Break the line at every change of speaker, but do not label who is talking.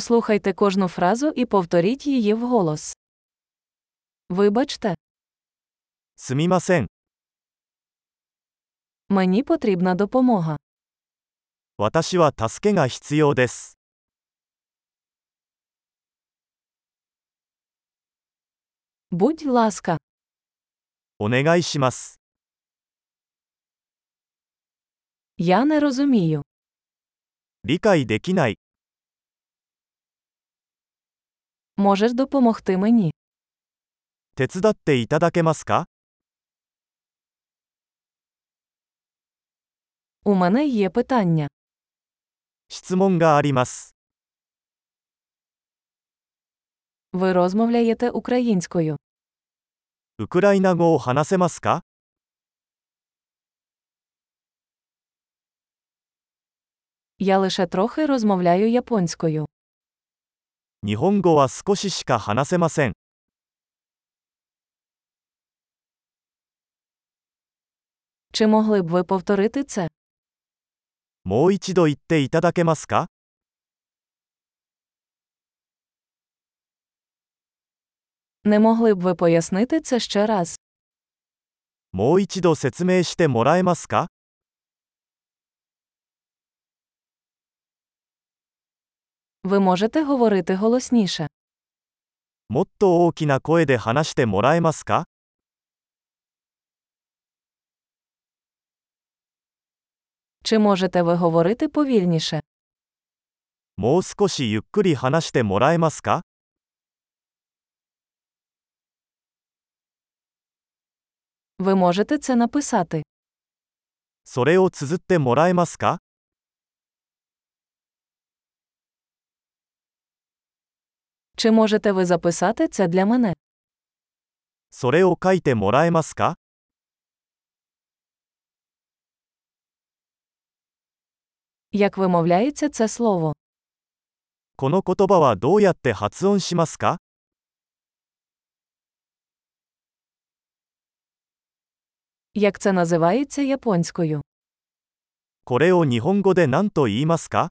Послухайте кожну фразу і повторіть її вголос. Вибачте,
すみません。
мені потрібна допомога.
私は助けが必要です。
Будь ласка,
お願いします。
я не розумію.
理解できない。
Можеш допомогти мені?
手伝っていただけますか
У мене є питання.
質問があります。
Ви розмовляєте українською.
ウクライナ語を話せますか
Я лише трохи розмовляю японською.
日本語は少ししか話せません。
Чи могли б ви повторити це?
もう一度言っていただけますか
Не могли б ви пояснити це ще раз?
もう一度説明してもらえますか
Ви можете говорити голосніше.
もっと大きな声で話してもらえますか
Чи можете ви говорити повільніше?
もう少しゆっくり話してもらえますか
Ви можете це написати.
それを綴ってもらえますか
Чи можете ви записати це для мене?
それを書いてもらえますか
Як вимовляється це слово?
この言葉はどうやって発音しますか
Як це називається японською?
これを日本語で何と言いますか